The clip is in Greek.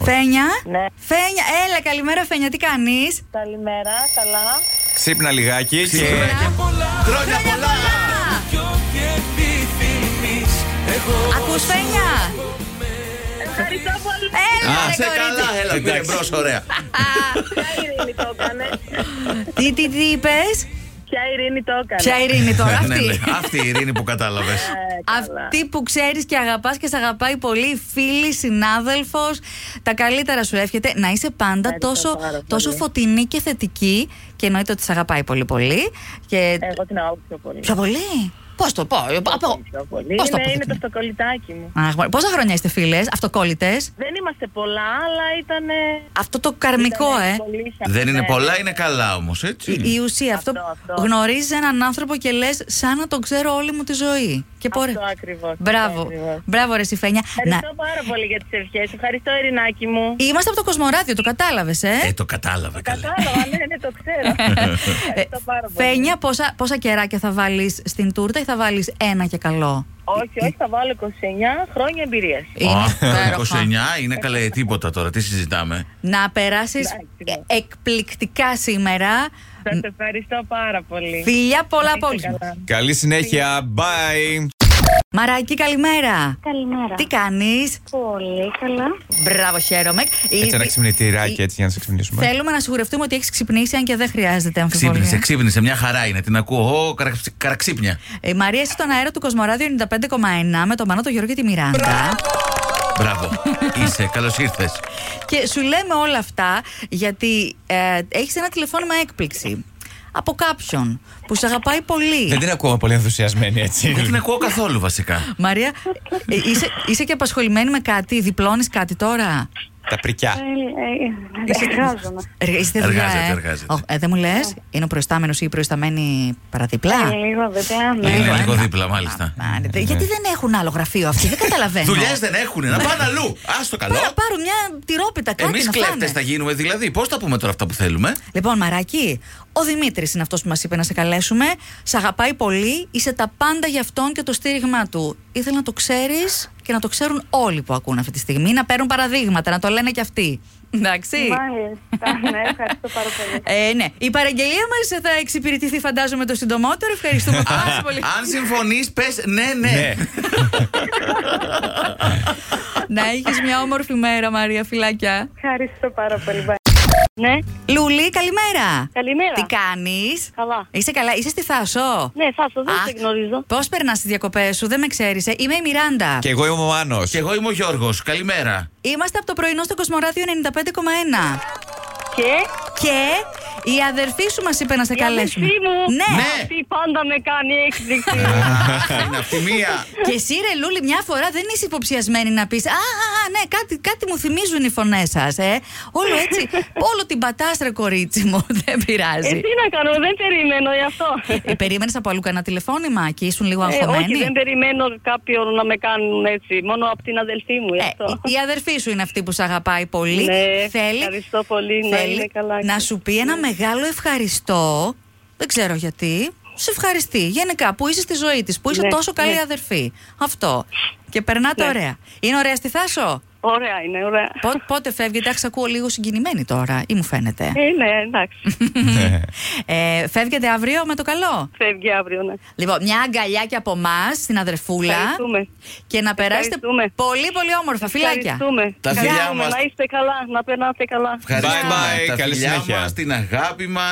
Φένια. Ναι. Φένια, έλα, καλημέρα, Φένια, τι κάνεις. Καλημέρα, καλά. Ξύπνα λιγάκι και. Χρόνια πολλά! Ακούς Φένια. Ευχαριστώ πολύ. Έλα, Α, ρε, σε κορίτσι. καλά, έλα, πήρε μπρος, ωραία. Ποια Ειρήνη το έκανε. Τι, τι, τι είπες. Ποια Ειρήνη το έκανε. Ποια Ειρήνη τώρα, Ναι, ναι, αυτή. Αυτή η ειρήνη που κατάλαβες. Ε, καλά. Αυτή που ξέρεις και αγαπάς και σε αγαπάει πολύ, φίλη, συνάδελφος. Τα καλύτερα σου εύχεται να είσαι πάντα Ευχαριστώ τόσο, πάρα πολύ. τόσο φωτεινή και θετική. Και εννοείται ότι σε αγαπάει πολύ πολύ. Και... Ε, Εγώ την αγαπάω πιο πολύ. Πιο πολύ. Πώς το πω, από... Πιο πολύ. Πώς το Είναι, είναι το αποδεικνύει? αυτοκολλητάκι μου. Αχ, μωρέ, πόσα χρόνια είστε φίλες, αυτοκόλλητες. Δεν είμαστε πολλά, αλλά ήταν. Αυτό το καρμικό, ε. Δεν είναι πολλά, είναι καλά όμως, Η- έτσι. Η ουσία αυτό, Αυτό, αυτό. γνωρίζεις έναν άνθρωπο και λες σαν να τον ξέρω όλη μου τη ζωή. Και πορε... Αυτό ακριβώς. Μπράβο. Μπράβο, ρε Σιφένια. Ευχαριστώ πάρα πολύ για τις ευχές. Ευχαριστώ, Ειρηνάκι μου. Είμαστε από το Κοσμοράδιο, το κατάλαβες, ε. Ε, το κατάλαβε καλά. Κατάλαβα, ναι, ναι, το ξέρω. Ευχαριστώ πάρα πολύ. Φένια, πόσα, πόσα κεράκια θα βάλεις στην τούρτα ή θα βάλεις ένα και καλό. Όχι, όχι, θα βάλω 29 χρόνια εμπειρίας. Είναι υπέροχα. 29 είναι καλά, ε, τίποτα τώρα, τι συζητάμε. Να περάσεις Εντάξει, εκπληκτικά σήμερα. Σας ευχαριστώ πάρα πολύ. Φιλιά πολλά από όλους Καλά. μας. Καλή συνέχεια, bye. Μαράκι, καλημέρα. Καλημέρα. Τι κάνεις. Πολύ καλά. Μπράβο, χαίρομαι. Έτσι ένα Η- ξυπνητηράκι η- έτσι για να σε ξυπνήσουμε. Θέλουμε να σιγουρευτούμε ότι έχεις ξυπνήσει, αν και δεν χρειάζεται αμφιβολία. Ξύπνησε, ξύπνησε, μια χαρά είναι. Την ακούω, Ω, καραξ- καραξύπνια. Η Ε, Μαρία, είσαι στον αέρα του Κοσμοράδιο 95,1 με τον Μανώ, τον Γιώργο και τη Μιράντα. Μπράβο, είσαι, καλώς ήρθες. Και σου λέμε όλα αυτά γιατί ε, έχεις ένα τηλεφώνημα έκπληξη από κάποιον που σε αγαπάει Ε, Δεν πολύ. την ακούω πολύ ενθουσιασμένη έτσι. Δεν την ακούω καθόλου βασικά. Μαρία, ε, είσαι, είσαι και απασχολημένη με κάτι, διπλώνεις κάτι τώρα. Τα πρικιά. Ε, Εργάζομαι. Εργα- Είστε δουλειά, Εργάζεται, ε. εργάζεται. Ω, ε, δεν μου λες, είναι ο προϊστάμενος ή η προϊσταμένη παραδιπλά. Λίγο δίπλα. Είναι Λίγο, λίγο ε. δίπλα, μάλιστα. Α, ναι, Γιατί δεν έχουν άλλο γραφείο αυτοί, δεν καταλαβαίνω. Δουλειές δεν έχουν, να πάνε αλλού. Ας το Πάνε καλό. να πάρουν μια τυρόπιτα, κάτι Εμείς να κλέφτες φάνε. θα γίνουμε, δηλαδή. Πώς τα πούμε τώρα αυτά που θέλουμε. Λοιπόν, Μαράκι, ο Δημήτρης είναι αυτός που μας είπε να σε καλέσουμε. Σ' αγαπάει πολύ, είσαι τα πάντα για αυτόν και το στήριγμά του. Ήθελα να το ξέρεις και να το ξέρουν όλοι που ακούν αυτή τη στιγμή, να παίρνουν παραδείγματα, να το λένε κι αυτοί. Εντάξει. Μάλιστα. Ναι, ευχαριστώ πάρα πολύ. Ε, ναι. Η παραγγελία μας θα εξυπηρετηθεί, φαντάζομαι, το συντομότερο. Ευχαριστούμε πάρα πολύ. Αν συμφωνείς, πες ναι, ναι. Ναι. να έχεις μια όμορφη μέρα, Μαρία, φιλάκια. Ευχαριστώ πάρα πολύ. Bye. Ναι, Λούλη, καλημέρα. καλημέρα. Τι κάνεις. Καλά. Είσαι καλά, είσαι στη Θάσο. Ναι, Θάσο, δεν Αχ, σε γνωρίζω. Πώς περνάς τις διακοπές σου, δεν με ξέρεις. Ε. Είμαι η Μιράντα. Και εγώ είμαι ο Άνω. Και εγώ είμαι ο Γιώργος. Καλημέρα. Είμαστε από το πρωινό στο Κοσμοράδιο 95,1. Και Και η αδερφή σου μας είπε να σε η καλέσουμε. αδελφή μου, Ναι. Ναι. αυτή πάντα με κάνει έκπληξη. Ναι. Α, Είναι αυτή μία. Και εσύ, ρε Λούλη, μια φορά δεν είσαι υποψιασμένη να πεις Α, α, α, ναι, κάτι, κάτι μου θυμίζουν οι φωνές σας. Ε. Όλο έτσι. όλο την πατάστρα, κορίτσι μου. Δεν Ε, πειράζει. τι να κάνω, δεν περιμένω γι' αυτό. ε, Περίμενες από αλλού κανένα τηλεφώνημα και ήσουν λίγο Ε, όχι, αγχωμένη. δεν περιμένω κάποιον να με κάνουν έτσι. Μόνο από την αδελφή μου, γι' Ε, αυτό. η αδερφή σου είναι αυτή που σε αγαπάει πολύ. Ναι, θέλει ευχαριστώ πολύ, να θέλει είναι καλά. Ναι. να σου πει ένα μεγάλο ευχαριστώ. Δεν ξέρω γιατί. Σε ευχαριστεί. Γενικά, που είσαι στη ζωή της, που είσαι Ναι, τόσο καλή ναι. αδερφή. Αυτό. Και περνάτε Ναι. ωραία. Είναι ωραία στη Θάσο. Ωραία είναι, ωραία. Πο- πότε φεύγετε, αχ, σ' ακούω λίγο συγκινημένη τώρα, ή μου φαίνεται. Ε, ναι, εντάξει. ε, φεύγετε αύριο με το καλό. Φεύγει αύριο, ναι. Λοιπόν, μια αγκαλιά και από εμάς στην αδερφούλα. Ευχαριστούμε. Και να περάσετε Ευχαριστούμε. πολύ, πολύ όμορφα. Φιλάκια. Ευχαριστούμε. Τα φιλιά Ευχαριστούμε. μας. Να είστε καλά, να περνάτε καλά. Ευχαριστούμε. Bye, bye. Τα Καλή φιλιά συνέχεια. μας, την αγάπη μας.